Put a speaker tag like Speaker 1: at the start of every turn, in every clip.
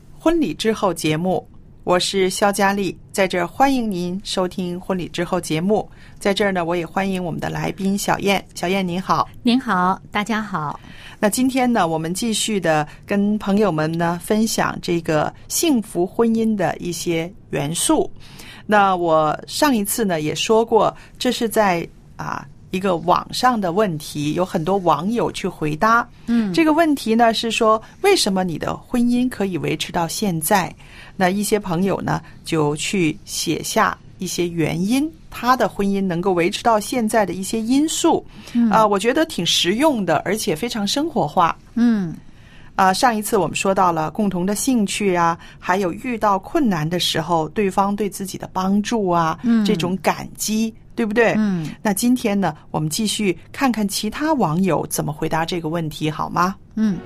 Speaker 1: 婚礼之后节目，我是肖佳丽，在这儿欢迎您收听婚礼之后节目。在这儿呢，我也欢迎我们的来宾小燕，小燕您好。
Speaker 2: 您好，大家好。
Speaker 1: 那今天呢，我们继续的跟朋友们呢分享这个幸福婚姻的一些元素。那我上一次呢也说过，这是在啊一个网上的问题，有很多网友去回答。
Speaker 2: 嗯
Speaker 1: 这个问题呢是说，为什么你的婚姻可以维持到现在？那一些朋友呢就去写下一些原因，他的婚姻能够维持到现在的一些因素。啊、我觉得挺实用的，而且非常生活化。
Speaker 2: 嗯
Speaker 1: 啊、上一次我们说到了共同的兴趣啊，还有遇到困难的时候，对方对自己的帮助啊，
Speaker 2: 嗯
Speaker 1: 这种感激，对不对？
Speaker 2: 嗯，
Speaker 1: 那今天呢，我们继续看看其他网友怎么回答这个问题，好吗？
Speaker 2: 嗯，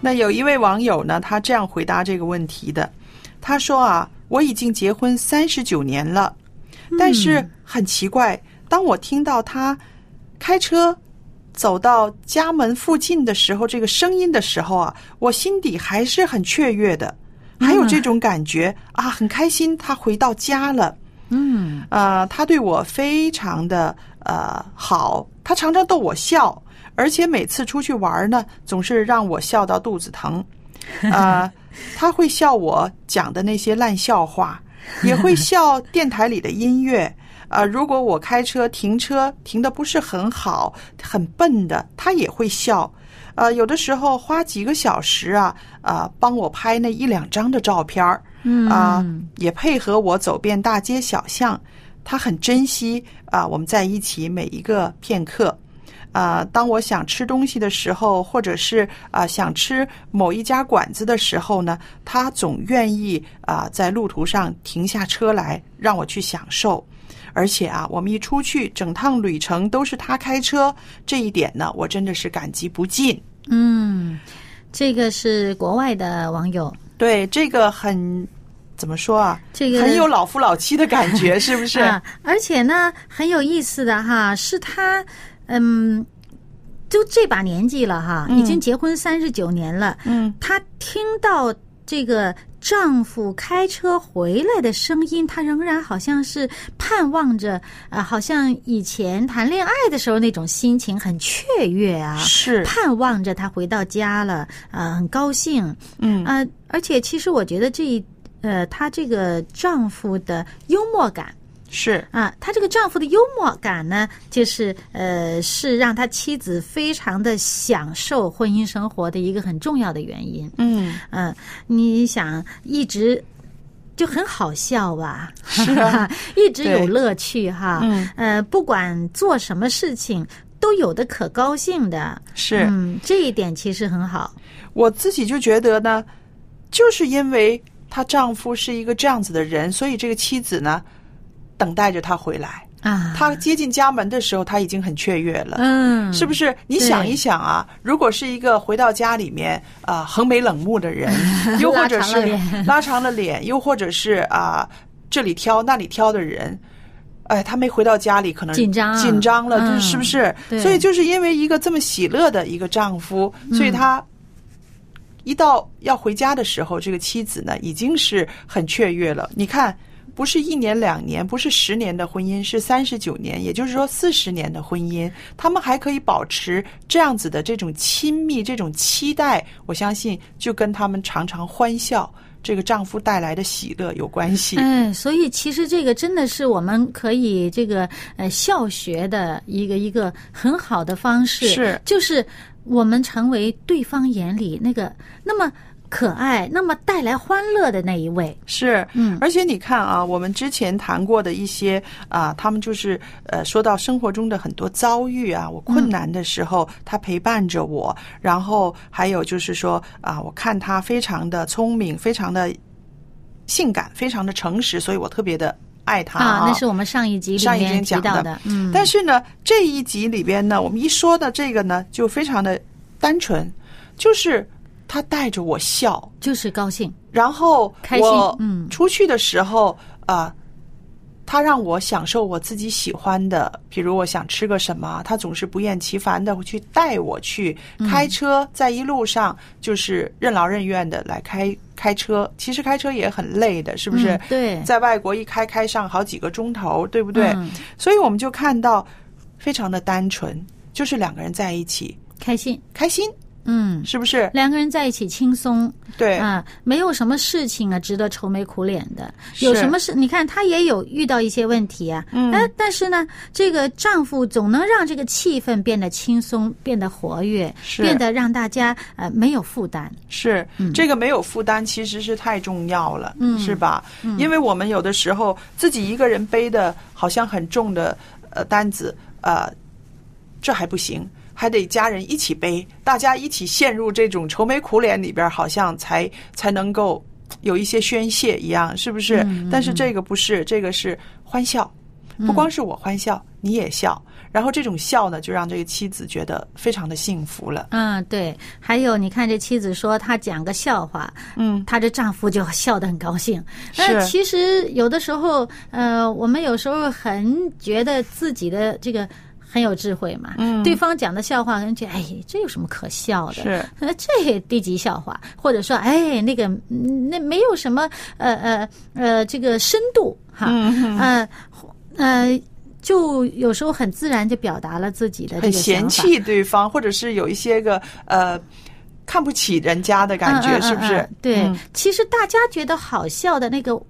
Speaker 1: 那有一位网友呢，他这样回答这个问题的，他说啊，我已经结婚三十九年了，但是很奇怪，当我听到他开车走到家门附近的时候，这个声音的时候啊，我心底还是很雀跃的，还有这种感觉、啊，很开心，他回到家了。
Speaker 2: 嗯
Speaker 1: 呃，他对我非常的呃好，他常常逗我笑，而且每次出去玩儿呢，总是让我笑到肚子疼。呃，他会笑我讲的那些烂笑话，也会笑电台里的音乐。呃，如果我开车停车停的不是很好，很笨的，他也会笑。呃，有的时候花几个小时啊，呃，帮我拍那一两张的照片儿。
Speaker 2: 嗯
Speaker 1: 啊、也配合我走遍大街小巷。他很珍惜啊、我们在一起每一个片刻。啊、当我想吃东西的时候，或者是啊、想吃某一家馆子的时候呢，他总愿意啊、在路途上停下车来让我去享受。而且啊，我们一出去，整趟旅程都是他开车，这一点呢，我真的是感激不尽。
Speaker 2: 嗯，这个是国外的网友，
Speaker 1: 对这个很怎么说啊？
Speaker 2: 这个
Speaker 1: 很有老夫老妻的感觉，是不是？
Speaker 2: 啊，而且呢很有意思的哈，是他嗯。就这把年纪了哈，已经结婚三十九年了。
Speaker 1: 嗯，
Speaker 2: 她听到这个丈夫开车回来的声音，她仍然好像是盼望着，呃，好像以前谈恋爱的时候那种心情很雀跃啊，
Speaker 1: 是，
Speaker 2: 盼望着他回到家了，呃，很高兴，
Speaker 1: 嗯
Speaker 2: 呃，而且其实我觉得这一。呃，她这个丈夫的幽默感
Speaker 1: 是，
Speaker 2: 啊，她这个丈夫的幽默感呢，就是呃，是让他妻子非常的享受婚姻生活的一个很重要的原因。
Speaker 1: 嗯，
Speaker 2: 嗯，你想一直就很好笑吧？
Speaker 1: 是啊
Speaker 2: 一直有
Speaker 1: 对
Speaker 2: 乐趣哈。
Speaker 1: 嗯
Speaker 2: 呃，不管做什么事情，都有的可高兴的。
Speaker 1: 是、
Speaker 2: 嗯，这一点其实很好。
Speaker 1: 我自己就觉得呢，就是因为她丈夫是一个这样子的人，所以这个妻子呢，等待着他回来。
Speaker 2: 啊，
Speaker 1: 他接近家门的时候，他已经很雀跃了。
Speaker 2: 嗯，
Speaker 1: 是不是？你想一想啊，如果是一个回到家里面啊、横眉冷目 的人，又或者是
Speaker 2: 拉长了脸
Speaker 1: 拉长了脸，又或者是啊、这里挑那里挑的人，哎，他没回到家里，可能
Speaker 2: 紧张啊
Speaker 1: 紧张了，
Speaker 2: 嗯
Speaker 1: 这是不是？
Speaker 2: 对嗯
Speaker 1: 所以就是因为一个这么喜乐的一个丈夫，所以他。一到要回家的时候，这个妻子呢已经是很雀跃了。你看，不是一年两年，不是十年的婚姻，是三十九年，也就是说四十年的婚姻，他们还可以保持这样子的这种亲密、这种期待，我相信就跟他们常常欢笑，这个丈夫带来的喜乐有关系。
Speaker 2: 哎，所以其实这个真的是我们可以这个呃效学的一个一个很好的方式，
Speaker 1: 是
Speaker 2: 就是我们成为对方眼里那个那么可爱、那么带来欢乐的那一位。
Speaker 1: 是，
Speaker 2: 嗯
Speaker 1: 而且你看啊，我们之前谈过的一些啊，他们就是呃，说到生活中的很多遭遇啊，我
Speaker 2: 嗯
Speaker 1: 困难的时候，他陪伴着我，然后还有就是说啊，我看他非常的聪明，非常的性感，非常的诚实，所以我特别的爱他
Speaker 2: 啊，那是我们上一集里
Speaker 1: 上一
Speaker 2: 面
Speaker 1: 集
Speaker 2: 提
Speaker 1: 讲
Speaker 2: 到
Speaker 1: 的
Speaker 2: 的，嗯，
Speaker 1: 但是呢，这一集里边呢，我们一说的这个呢，就非常的单纯，就是他带着我笑，
Speaker 2: 就是高兴，
Speaker 1: 然后
Speaker 2: 开心
Speaker 1: 我
Speaker 2: 嗯
Speaker 1: 出去的时候啊、他让我享受我自己喜欢的，比如我想吃个什么，他总是不厌其烦的去带我去开
Speaker 2: 嗯
Speaker 1: 车，在一路上就是任劳任怨的来开开车。其实开车也很累的，是不是？
Speaker 2: 嗯对
Speaker 1: 在外国一开开上好几个钟头，对不对？
Speaker 2: 嗯
Speaker 1: 所以我们就看到非常的单纯，就是两个人在一起
Speaker 2: 开心，
Speaker 1: 开心，
Speaker 2: 嗯，
Speaker 1: 是不是？
Speaker 2: 两个人在一起轻松，
Speaker 1: 对，
Speaker 2: 啊，没有什么事情啊值得愁眉苦脸的。
Speaker 1: 是
Speaker 2: 有什么事？你看她也有遇到一些问题啊，嗯，但是呢，这个丈夫总能让这个气氛变得轻松，变得活跃，
Speaker 1: 是
Speaker 2: 变得让大家呃没有负担。
Speaker 1: 是、这个没有负担，其实是太重要了，
Speaker 2: 嗯
Speaker 1: 是吧？因为我们有的时候自己一个人背的好像很重的呃单子，呃，这还不行，还得家人一起背，大家一起陷入这种愁眉苦脸里边儿，好像才才能够有一些宣泄一样，是不是？
Speaker 2: 嗯
Speaker 1: 但是这个不是，这个是欢笑，不光是我欢笑，你也笑，然后这种笑呢，就让这个妻子觉得非常的幸福了。
Speaker 2: 嗯，对。还有，你看这妻子说她讲个笑话，
Speaker 1: 嗯，
Speaker 2: 她这丈夫就笑得很高兴。
Speaker 1: 是
Speaker 2: 那其实有的时候，呃，我们有时候很觉得自己的这个。很有智慧嘛，嗯，对方讲的笑话，人觉得哎，这有什么可笑的？
Speaker 1: 是
Speaker 2: 呃，这低级笑话，或者说，哎，那个，嗯那没有什么，呃呃呃，这个深度哈，
Speaker 1: 嗯
Speaker 2: 呃呃，就有时候很自然就表达了自己的这
Speaker 1: 很
Speaker 2: 个
Speaker 1: 嫌
Speaker 2: 想法
Speaker 1: 弃对方，或者是有一些个呃看不起人家的感觉，
Speaker 2: 嗯嗯嗯
Speaker 1: 是不是？
Speaker 2: 嗯对、
Speaker 1: 嗯
Speaker 2: 其实大家觉得好笑的那个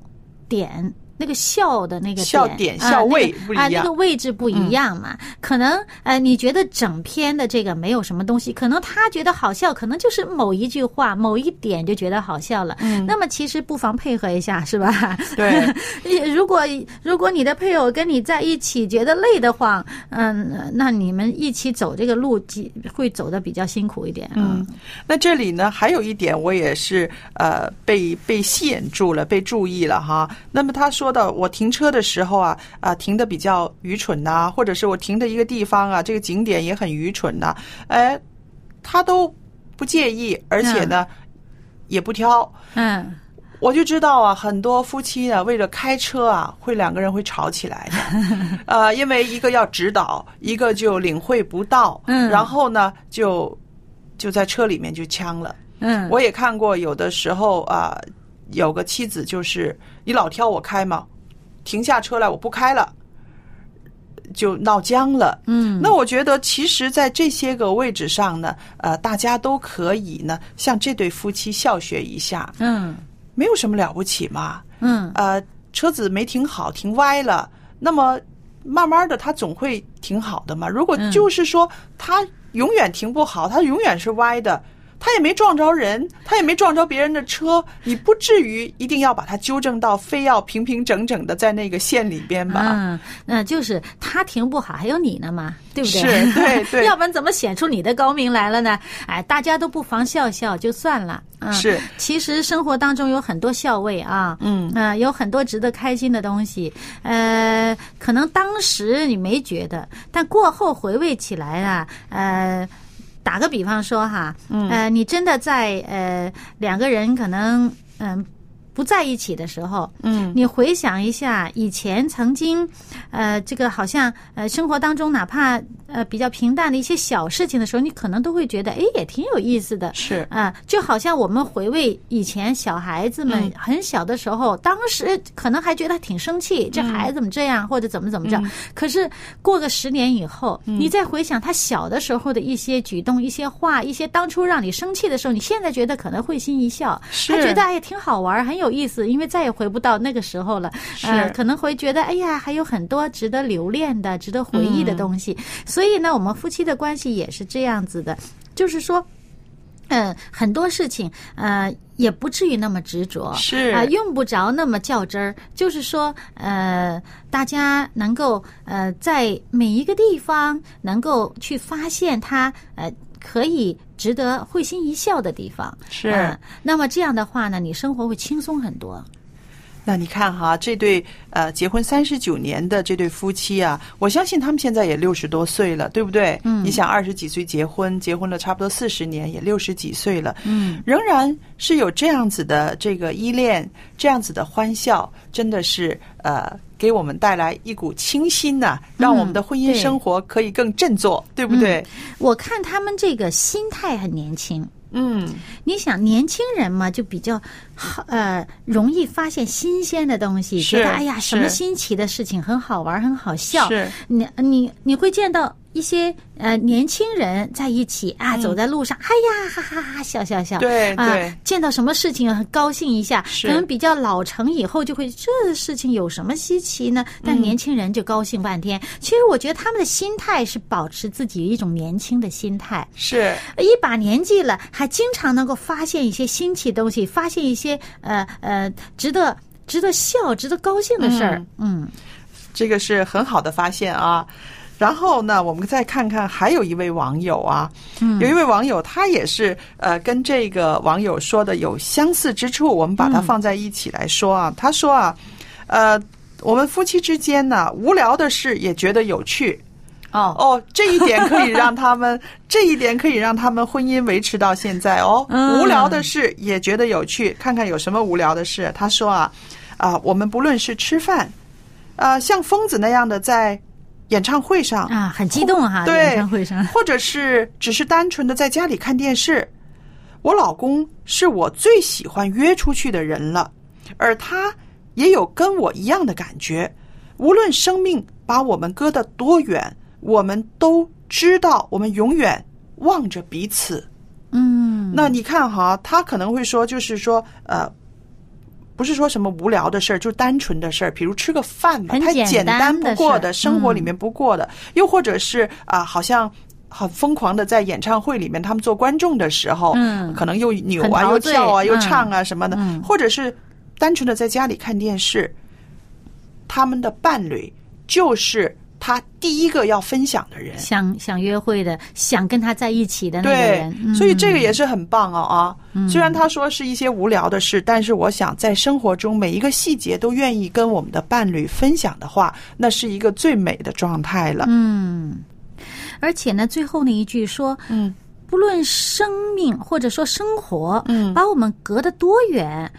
Speaker 2: 点。那个笑的那个
Speaker 1: 笑
Speaker 2: 点
Speaker 1: 点、笑位
Speaker 2: 啊那
Speaker 1: 不
Speaker 2: 个
Speaker 1: 一
Speaker 2: 啊，
Speaker 1: 样嗯
Speaker 2: 那个位置不一样嘛。可能呃，你觉得整篇的这个没有什么东西，可能他觉得好笑，可能就是某一句话、某一点就觉得好笑了。那么其实不妨配合一下，是吧？
Speaker 1: 嗯对，
Speaker 2: 如果如果你的配偶跟你在一起觉得累得慌，嗯，那你们一起走这个路，几会走的比较辛苦一点。嗯，
Speaker 1: 那这里呢，还有一点，我也是呃被被吸引住了，被注意了哈。那么他说到我停车的时候啊啊、停的比较愚蠢呐、或者是我停的一个地方啊，这个景点也很愚蠢呐、哎，他都不介意，而且呢、也不挑。
Speaker 2: 嗯。
Speaker 1: 我就知道啊，很多夫妻呢，为了开车啊，会两个人会吵起来 的，呃，因为一个要指导，一个就领会不到，
Speaker 2: 嗯
Speaker 1: 然后呢，就就在车里面就呛了。
Speaker 2: 嗯，
Speaker 1: 我也看过，有的时候啊、有个妻子就是你老挑我开嘛，停下车来，我不开了，就闹僵了。
Speaker 2: 嗯，
Speaker 1: 那我觉得，其实，在这些个位置上呢，呃，大家都可以呢，向这对夫妻效学一下。
Speaker 2: 嗯
Speaker 1: 没有什么了不起嘛。
Speaker 2: 嗯
Speaker 1: 呃，车子没停好，停歪了，那么慢慢的它总会停好的嘛。如果就是说它永远停不好，它永远是歪的，他也没撞着人，他也没撞着别人的车，你不至于一定要把他纠正到非要平平整整的在那个线里边吧？
Speaker 2: 嗯，那就是他停不好，还有你呢嘛，对不对？
Speaker 1: 是对对
Speaker 2: 要不然怎么显出你的高明来了呢？哎，大家都不妨笑笑就算了。嗯，
Speaker 1: 是。
Speaker 2: 其实生活当中有很多笑味啊，嗯，呃，有很多值得开心的东西。呃，可能当时你没觉得，但过后回味起来啊，呃。打个比方说哈，呃，你真的在呃两个人可能嗯、不在一起的时候，
Speaker 1: 嗯，
Speaker 2: 你回想一下以前曾经，呃，这个好像呃生活当中哪怕呃比较平淡的一些小事情的时候，你可能都会觉得哎也挺有意思的，
Speaker 1: 是
Speaker 2: 啊、就好像我们回味以前小孩子
Speaker 1: 嗯
Speaker 2: 们很小的时候，当时可能还觉得挺生
Speaker 1: 嗯
Speaker 2: 气，这孩子怎么这样，或者怎么怎么着。可是过个十年以后，
Speaker 1: 嗯
Speaker 2: 你再回想他小的时候的一些举动、一些话、一些当初让你生气的时候，你现在觉得可能会心一笑，
Speaker 1: 是
Speaker 2: 还觉得哎呀挺好玩儿，很有意思，因为再也回不到那个时候了。呃，
Speaker 1: 是
Speaker 2: 可能会觉得哎呀还有很多值得留恋的、值得回忆
Speaker 1: 嗯
Speaker 2: 的东西。所以呢，我们夫妻的关系也是这样子的，就是说。嗯，很多事情，呃，也不至于那么执着，
Speaker 1: 是
Speaker 2: 啊、用不着那么较真儿。就是说，呃，大家能够呃，在每一个地方能够去发现它，呃，可以值得会心一笑的地方。
Speaker 1: 是
Speaker 2: 啊那么这样的话呢，你生活会轻松很多。
Speaker 1: 那你看哈，这对呃结婚三十九年的这对夫妻啊，我相信他们现在也六十多岁了，对不对？嗯，你想二十几岁结婚，结婚了差不多四十年，也六十几岁了，嗯，仍然是有这样子的这个依恋，这样子的欢笑，真的是呃给我们带来一股清新呐、让我们的婚姻
Speaker 2: 对
Speaker 1: 生活可以更振作，对不对？
Speaker 2: 我看他们这个心态很年轻，
Speaker 1: 嗯，
Speaker 2: 你想年轻人嘛，就比较好呃容易发现新鲜的东西，
Speaker 1: 是
Speaker 2: 觉得哎呀
Speaker 1: 是
Speaker 2: 什么新奇的事情很好玩，很好笑。
Speaker 1: 是
Speaker 2: 你你你会见到一些呃年轻人在一起啊，走在路上，哎呀哈哈哈笑笑笑。
Speaker 1: 嗯对
Speaker 2: 啊
Speaker 1: 对，
Speaker 2: 见到什么事情很高兴一下，
Speaker 1: 是
Speaker 2: 可能比较老成以后就会这事情有什么稀奇呢？
Speaker 1: 嗯
Speaker 2: 但年轻人就高兴半天。其实我觉得他们的心态是保持自己一种年轻的心态。
Speaker 1: 是
Speaker 2: 哎一把年纪了，还经常能够发现一些新奇东西，发现一些呃呃值得值得笑、值得高兴的事儿。嗯
Speaker 1: 这个是很好的发现啊。然后呢，我们再看看，还有一位网友啊，有一位网友他也是呃，跟这个网友说的有相似之处，我们把它放在一起来说啊。他说啊，呃，我们夫妻之间呢，无聊的事也觉得有趣。
Speaker 2: 哦
Speaker 1: 哦，这一点可以让 他们，这一点可以让他们婚姻维持到现在哦。
Speaker 2: 嗯
Speaker 1: 无聊的事也觉得有趣，看看有什么无聊的事。他说啊，啊、我们不论是吃饭，呃，像疯子那样的在演唱会上，
Speaker 2: 啊，很激动哈、
Speaker 1: 哦对
Speaker 2: 演唱会上
Speaker 1: 或者是只是单纯的在家里看电视。我老公是我最喜欢约出去的人了，而他也有跟我一样的感觉。无论生命把我们隔得多远，我们都知道，我们永远望着彼此。
Speaker 2: 嗯，
Speaker 1: 那你看哈，他可能会说，就是说，呃，不是说什么无聊的事儿，就单纯的事儿，比如吃个饭嘛，
Speaker 2: 很
Speaker 1: 太
Speaker 2: 简
Speaker 1: 简
Speaker 2: 单
Speaker 1: 单
Speaker 2: 的
Speaker 1: 不过
Speaker 2: 事儿嗯
Speaker 1: 的，生活里面不过的，又或者是啊、好像。很疯狂的在演唱会里面，他们做观众的时候，
Speaker 2: 嗯
Speaker 1: 可能又扭
Speaker 2: 很
Speaker 1: 啊、
Speaker 2: 陶
Speaker 1: 又
Speaker 2: 醉
Speaker 1: 跳啊、又
Speaker 2: 嗯
Speaker 1: 唱啊什么的，
Speaker 2: 嗯
Speaker 1: 或者是单纯的在家里看电视，他们的伴侣就是他第一个要分享的人，
Speaker 2: 想想约会的，想跟他在一起的那个
Speaker 1: 对
Speaker 2: 人，，嗯
Speaker 1: 所以这个也是很棒哦啊！虽然他说是一些无聊的事，但是我想在生活中每一个细节都愿意跟我们的伴侣分享的话，那是一个最美的状态了。
Speaker 2: 嗯，而且呢，最后那一句说，
Speaker 1: 嗯，
Speaker 2: 不论生命或者说生活，嗯，把我们隔得多远，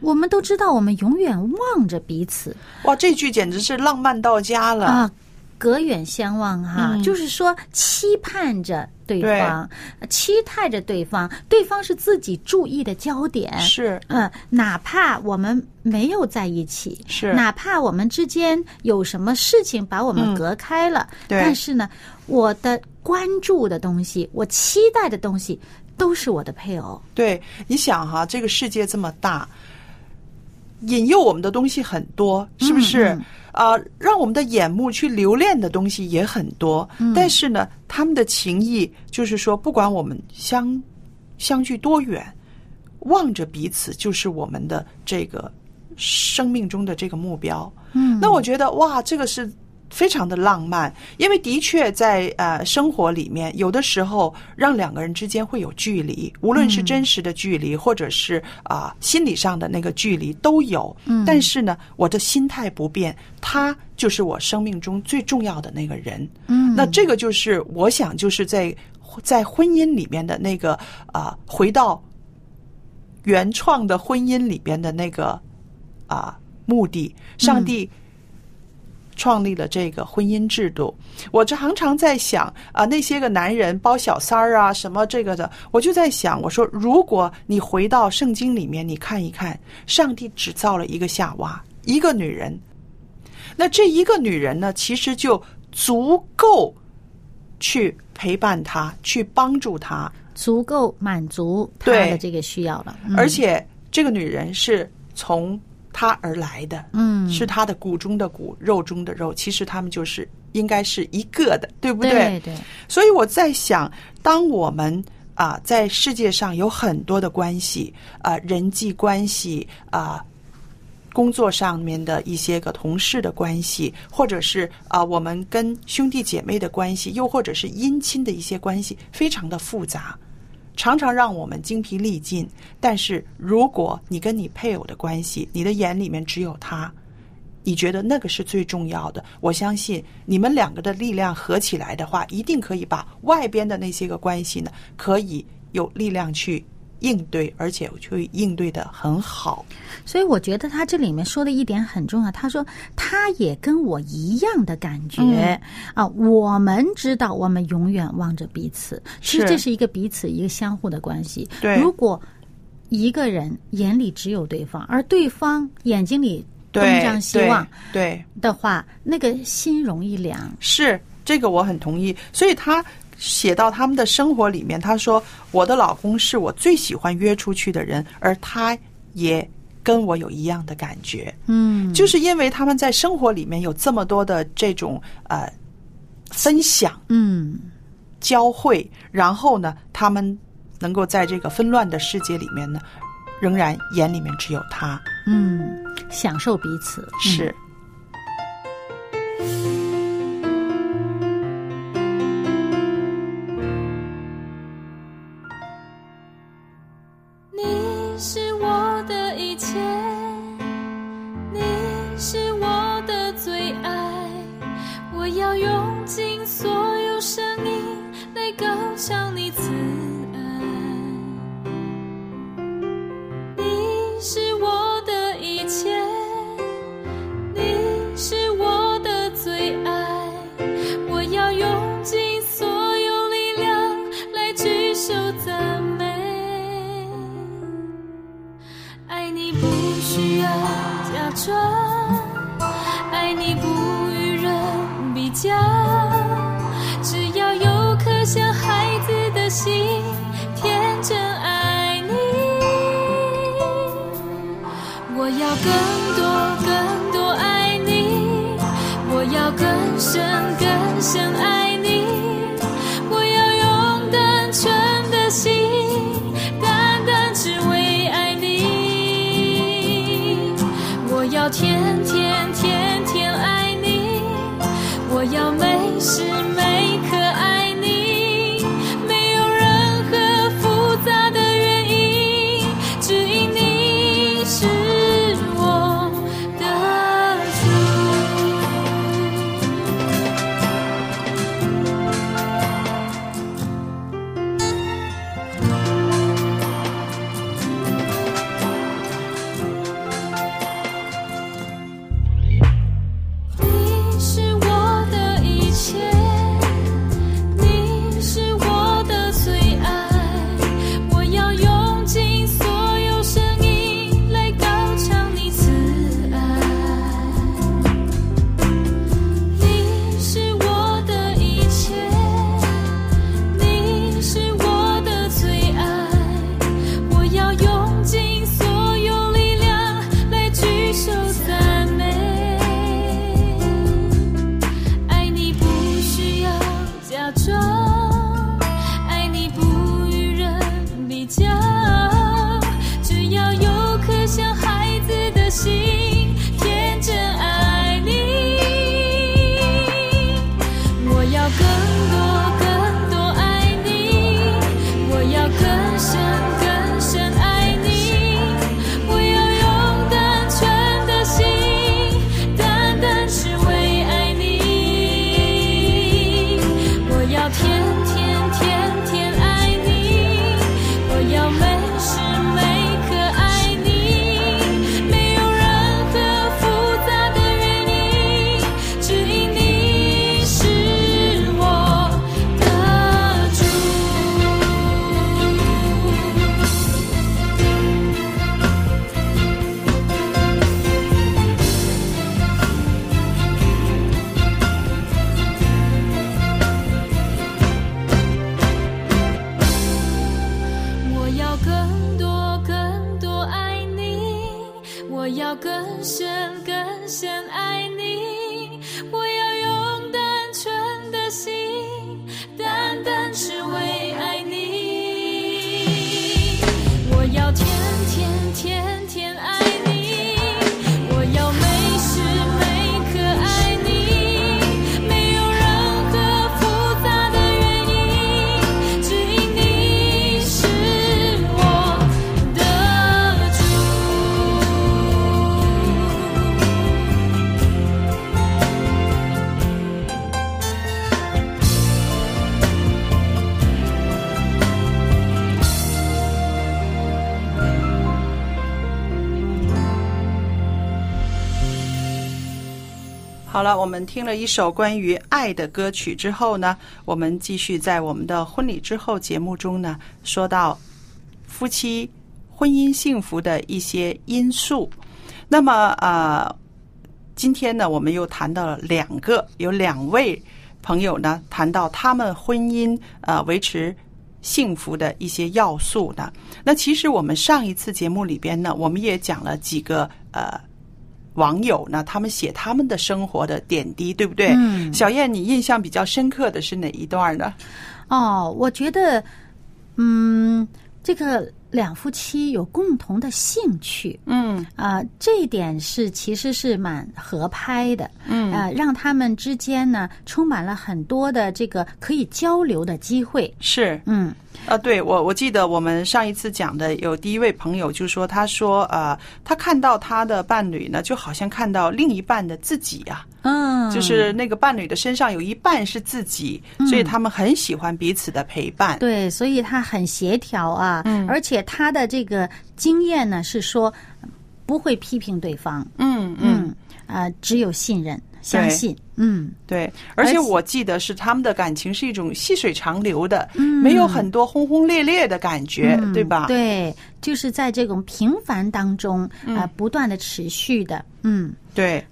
Speaker 2: 我们都知道，我们永远望着彼此。
Speaker 1: 哇，这句简直是浪漫到家了！
Speaker 2: 啊，隔远相望哈，
Speaker 1: 嗯
Speaker 2: 就是说期盼着对
Speaker 1: 对
Speaker 2: 方，呃期待着对方，对方是自己注意的焦点。
Speaker 1: 是
Speaker 2: 嗯，哪怕我们没有在一起，
Speaker 1: 是
Speaker 2: 哪怕我们之间有什么事情把我们隔开了，
Speaker 1: 嗯对
Speaker 2: 但是呢，我的关注的东西，我期待的东西，都是我的配偶。
Speaker 1: 对，你想哈、这个世界这么大，引诱我们的东西很多，是不是？啊、让我们的眼目去留恋的东西也很多。但是呢，他们的情谊就是说，不管我们相相距多远，望着彼此就是我们的这个生命中的这个目标。
Speaker 2: 嗯，
Speaker 1: 那我觉得哇，这个是非常的浪漫，因为的确在呃生活里面，有的时候让两个人之间会有距离，无论是真
Speaker 2: 嗯
Speaker 1: 实的距离，或者是啊、心理上的那个距离都有。
Speaker 2: 嗯
Speaker 1: 但是呢，我的心态不变，他就是我生命中最重要的那个人。
Speaker 2: 嗯，
Speaker 1: 那这个就是我想就是在在婚姻里面的那个啊、回到原创的婚姻里边的那个啊、目的，上帝。创立了这个婚姻制度，我这常常在想啊、那些个男人包小三儿啊，什么这个的，我就在想，我说，如果你回到圣经里面，你看一看，上帝只造了一个夏娃，一个女人，那这一个女人呢，其实就足够去陪伴他，去帮助他，
Speaker 2: 足够满足他
Speaker 1: 对
Speaker 2: 的这个需要了，嗯
Speaker 1: 而且这个女人是从他而来的，
Speaker 2: 嗯，
Speaker 1: 是他的骨中的骨，肉中的肉。其实他们就是应该是一个的，对不
Speaker 2: 对对，
Speaker 1: 所以我在想，当我们啊、在世界上有很多的关系啊、人际关系啊、工作上面的一些个同事的关系，或者是啊、我们跟兄弟姐妹的关系，又或者是姻亲的一些关系，非常的复杂。常常让我们精疲力尽，但是如果你跟你配偶的关系，你的眼里面只有他，你觉得那个是最重要的。我相信你们两个的力量合起来的话，一定可以把外边的那些个关系呢，可以有力量去应对，而且去应对的很好。
Speaker 2: 所以我觉得他这里面说的一点很重要，他说他也跟我一样的感觉、
Speaker 1: 嗯
Speaker 2: 啊，我们知道我们永远望着彼此，其实
Speaker 1: 是
Speaker 2: 这是一个彼此一个相互的关系。
Speaker 1: 对
Speaker 2: 如果一个人眼里只有对方，而对方眼睛里东
Speaker 1: 对，
Speaker 2: 张西望
Speaker 1: 对，对
Speaker 2: 的话，那个心容易凉。
Speaker 1: 是这个我很同意。所以他写到他们的生活里面，他说：“我的老公是我最喜欢约出去的人，而他也跟我有一样的感觉。”
Speaker 2: 嗯，
Speaker 1: 就是因为他们在生活里面有这么多的这种呃分享
Speaker 2: 嗯。
Speaker 1: 交汇，然后呢，他们能够在这个纷乱的世界里面呢，仍然眼里面只有他
Speaker 2: 嗯，享受彼此
Speaker 1: 是。
Speaker 3: 你是我的一切，你是我的最爱，我要用尽所有声音来高唱你慈爱。你是我的一切，你是我的最爱，我要用尽所有力量来举手赞美。爱你不需要假装，爱你不与人比较，只要有颗像孩子的心，天真爱你。我要更多更多爱你，我要更深更深爱你，我要用单纯的心，单单只为爱你。我要天天天天爱你，我要每时每刻爱你，没有任何复杂的原因，只因你是我要更深更深爱你，我要用单纯的心，单单只为爱你。我要天天天天爱你，我要每时每刻爱你，没有任何复杂的原因，只因你是我的主。
Speaker 1: 好了，我们听了一首关于爱的歌曲之后呢，我们继续在我们的婚礼之后节目中呢，说到夫妻婚姻幸福的一些因素。那么呃，今天呢，我们又谈到了两个，有两位朋友呢谈到他们婚姻呃维持幸福的一些要素呢。那其实我们上一次节目里边呢，我们也讲了几个呃网友呢，他们写他们的生活的点滴，对不对？
Speaker 2: 嗯
Speaker 1: 小燕，你印象比较深刻的是哪一段呢？
Speaker 2: 哦，我觉得，嗯，这个两夫妻有共同的兴趣，
Speaker 1: 嗯
Speaker 2: 啊、这一点是其实是蛮合拍的，嗯，啊，让他们之间呢充满了很多的这个可以交流的机会，
Speaker 1: 是
Speaker 2: 嗯，
Speaker 1: 啊，对我我记得我们上一次讲的有第一位朋友就说，他说呃，他看到他的伴侣呢，就好像看到另一半的自己啊，
Speaker 2: 嗯，
Speaker 1: 就是那个伴侣的身上有一半是自己，所以他们很喜欢彼此的陪伴。
Speaker 2: 对，所以他很协调啊，嗯，而且他的这个经验呢是说不会批评对方，
Speaker 1: 嗯嗯，
Speaker 2: 嗯，啊、只有信任，相信，嗯。
Speaker 1: 对，而
Speaker 2: 而
Speaker 1: 且
Speaker 2: 且
Speaker 1: 我记得是他们的感情是一种细水长流的，没有很多轰轰烈烈的感觉，
Speaker 2: 嗯
Speaker 1: 对吧？
Speaker 2: 对，就是在这种平凡当中啊、
Speaker 1: 嗯
Speaker 2: 呃不断的持续的，嗯
Speaker 1: 对。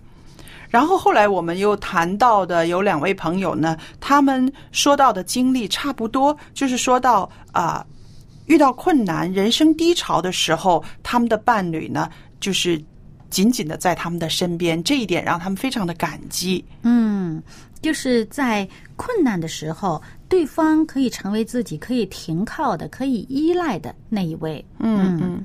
Speaker 1: 然后后来我们又谈到的有两位朋友呢，他们说到的经历差不多，就是说到啊、遇到困难、人生低潮的时候，他们的伴侣呢，就是紧紧的在他们的身边，这一点让他们非常的感激。
Speaker 2: 嗯，就是在困难的时候，对方可以成为自己可以停靠的、可以依赖的那一位。
Speaker 1: 嗯嗯，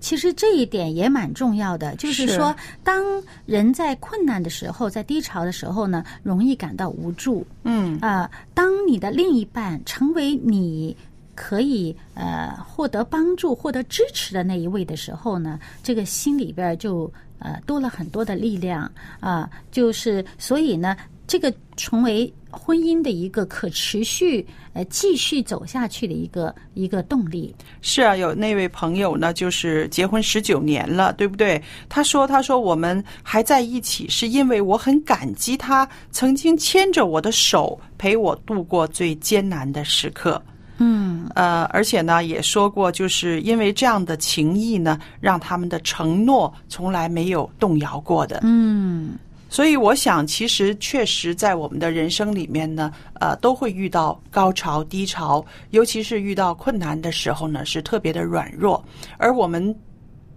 Speaker 2: 其实这一点也蛮重要的，就是
Speaker 1: 是
Speaker 2: 说，当人在困难的时候，在低潮的时候呢，容易感到无助。
Speaker 1: 嗯
Speaker 2: 啊、当你的另一半成为你可以呃获得帮助、获得支持的那一位的时候呢，这个心里边儿就呃多了很多的力量啊、就是所以呢，这个成为婚姻的一个可持续呃继续走下去的一个一个动力。
Speaker 1: 是啊，有那位朋友呢，就是结婚十九年了，对不对？他说：“他说我们还在一起，是因为我很感激他曾经牵着我的手，陪我度过最艰难的时刻。”
Speaker 2: 嗯，
Speaker 1: 呃，而且呢，也说过，就是因为这样的情谊呢，让他们的承诺从来没有动摇过的。
Speaker 2: 嗯，
Speaker 1: 所以我想，其实确实在我们的人生里面呢，呃，都会遇到高潮、低潮，尤其是遇到困难的时候呢，是特别的软弱。而我们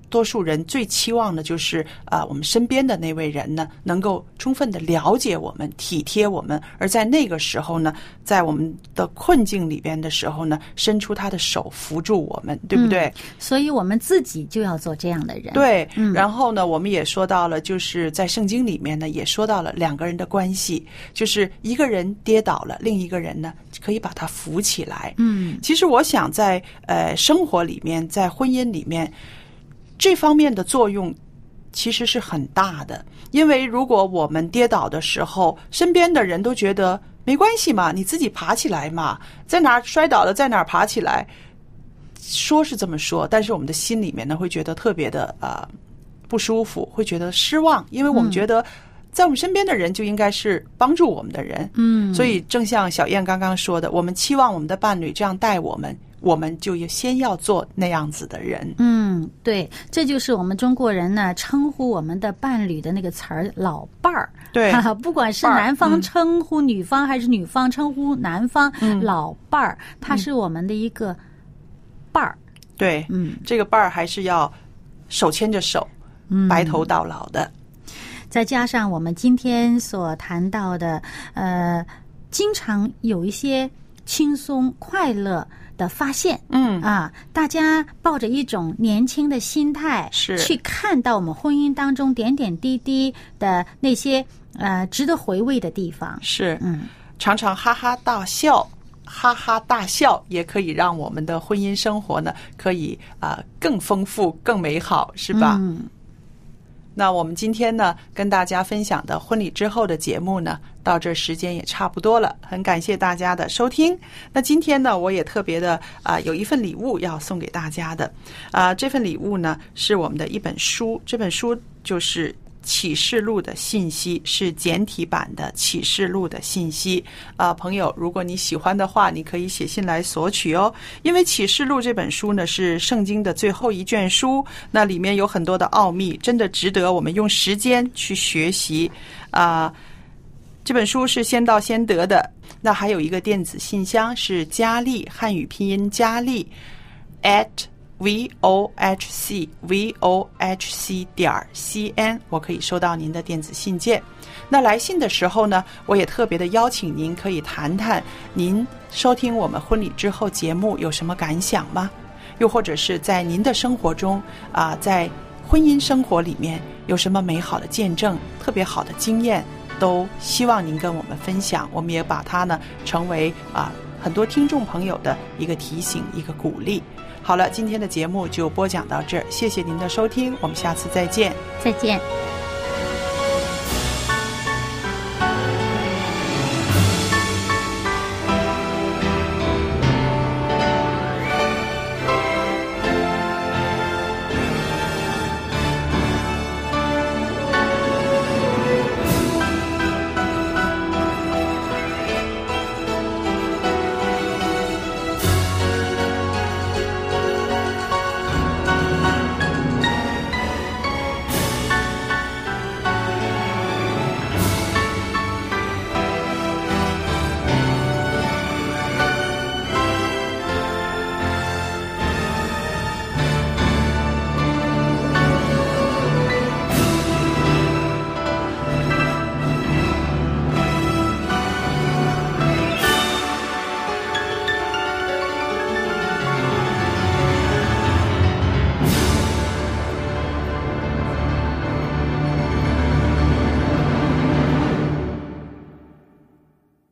Speaker 1: 多数人最期望的就是啊、呃我们身边的那位人呢，能够充分的了解我们、体贴我们，而在那个时候呢，在我们的困境里边的时候呢，伸出他的手扶住我们，对不对？
Speaker 2: 所以我们自己就要做这样的人。，
Speaker 1: 对，
Speaker 2: 嗯
Speaker 1: 然后呢，我们也说到了，就是在圣经里面呢，也说到了两个人的关系，就是一个人跌倒了，另一个人呢可以把他扶起来。
Speaker 2: 嗯
Speaker 1: 其实我想在呃生活里面，在婚姻里面，这方面的作用其实是很大的。因为如果我们跌倒的时候，身边的人都觉得没关系嘛，你自己爬起来嘛，在哪儿摔倒了在哪儿爬起来，说是这么说，但是我们的心里面呢会觉得特别的呃不舒服，会觉得失望，因为我们觉得在我们身边的人就应该是帮助我们的人，
Speaker 2: 嗯，
Speaker 1: 所以，正像小燕刚刚说的，我们期望我们的伴侣这样待我们，我们就要先要做那样子 的人。
Speaker 2: 嗯，对，这就是我们中国人呢称呼我们的伴侣的那个词儿“老伴儿”。
Speaker 1: 对
Speaker 2: 不管是
Speaker 1: 伴儿嗯
Speaker 2: 男方称呼女方，还是女方称呼男方，老伴儿，
Speaker 1: 嗯
Speaker 2: 他是我们的一个伴儿。
Speaker 1: 对，
Speaker 2: 嗯
Speaker 1: 这个伴儿还是要手牵着手，
Speaker 2: 嗯
Speaker 1: 白头到老的。
Speaker 2: 再加上我们今天所谈到的，呃，经常有一些轻松快乐的发现。
Speaker 1: 嗯
Speaker 2: 啊，大家抱着一种年轻的心态，
Speaker 1: 是
Speaker 2: 去看到我们婚姻当中点点滴滴的那些呃值得回味的地方。
Speaker 1: 是，
Speaker 2: 嗯，
Speaker 1: 常常哈哈大笑，哈哈大笑也可以让我们的婚姻生活呢，可以啊、更丰富、更美好，是吧？
Speaker 2: 嗯，
Speaker 1: 那我们今天呢，跟大家分享的婚礼之后的节目呢，到这时间也差不多了，很感谢大家的收听。那今天呢，我也特别的啊、有一份礼物要送给大家的，啊、这份礼物呢是我们的一本书，这本书就是《启示录》的信息，是简体版的《启示录》的信息。啊、朋友，如果你喜欢的话，你可以写信来索取哦。因为《启示录》这本书呢是圣经的最后一卷书，那里面有很多的奥秘，真的值得我们用时间去学习啊。这本书是先到先得的。那还有一个电子信箱是佳丽汉语拼音佳丽 at v o h c v o h c 点 c n，我可以收到您的电子信件。那来信的时候呢，我也特别的邀请您可以谈谈您收听我们婚礼之后节目有什么感想吗？又或者是在您的生活中啊、在婚姻生活里面有什么美好的见证、特别好的经验，都希望您跟我们分享。我们也把它呢成为啊、很多听众朋友的一个提醒、一个鼓励。好了，今天的节目就播讲到这儿，谢谢您的收听，我们下次再见。
Speaker 2: 再见。
Speaker 3: 我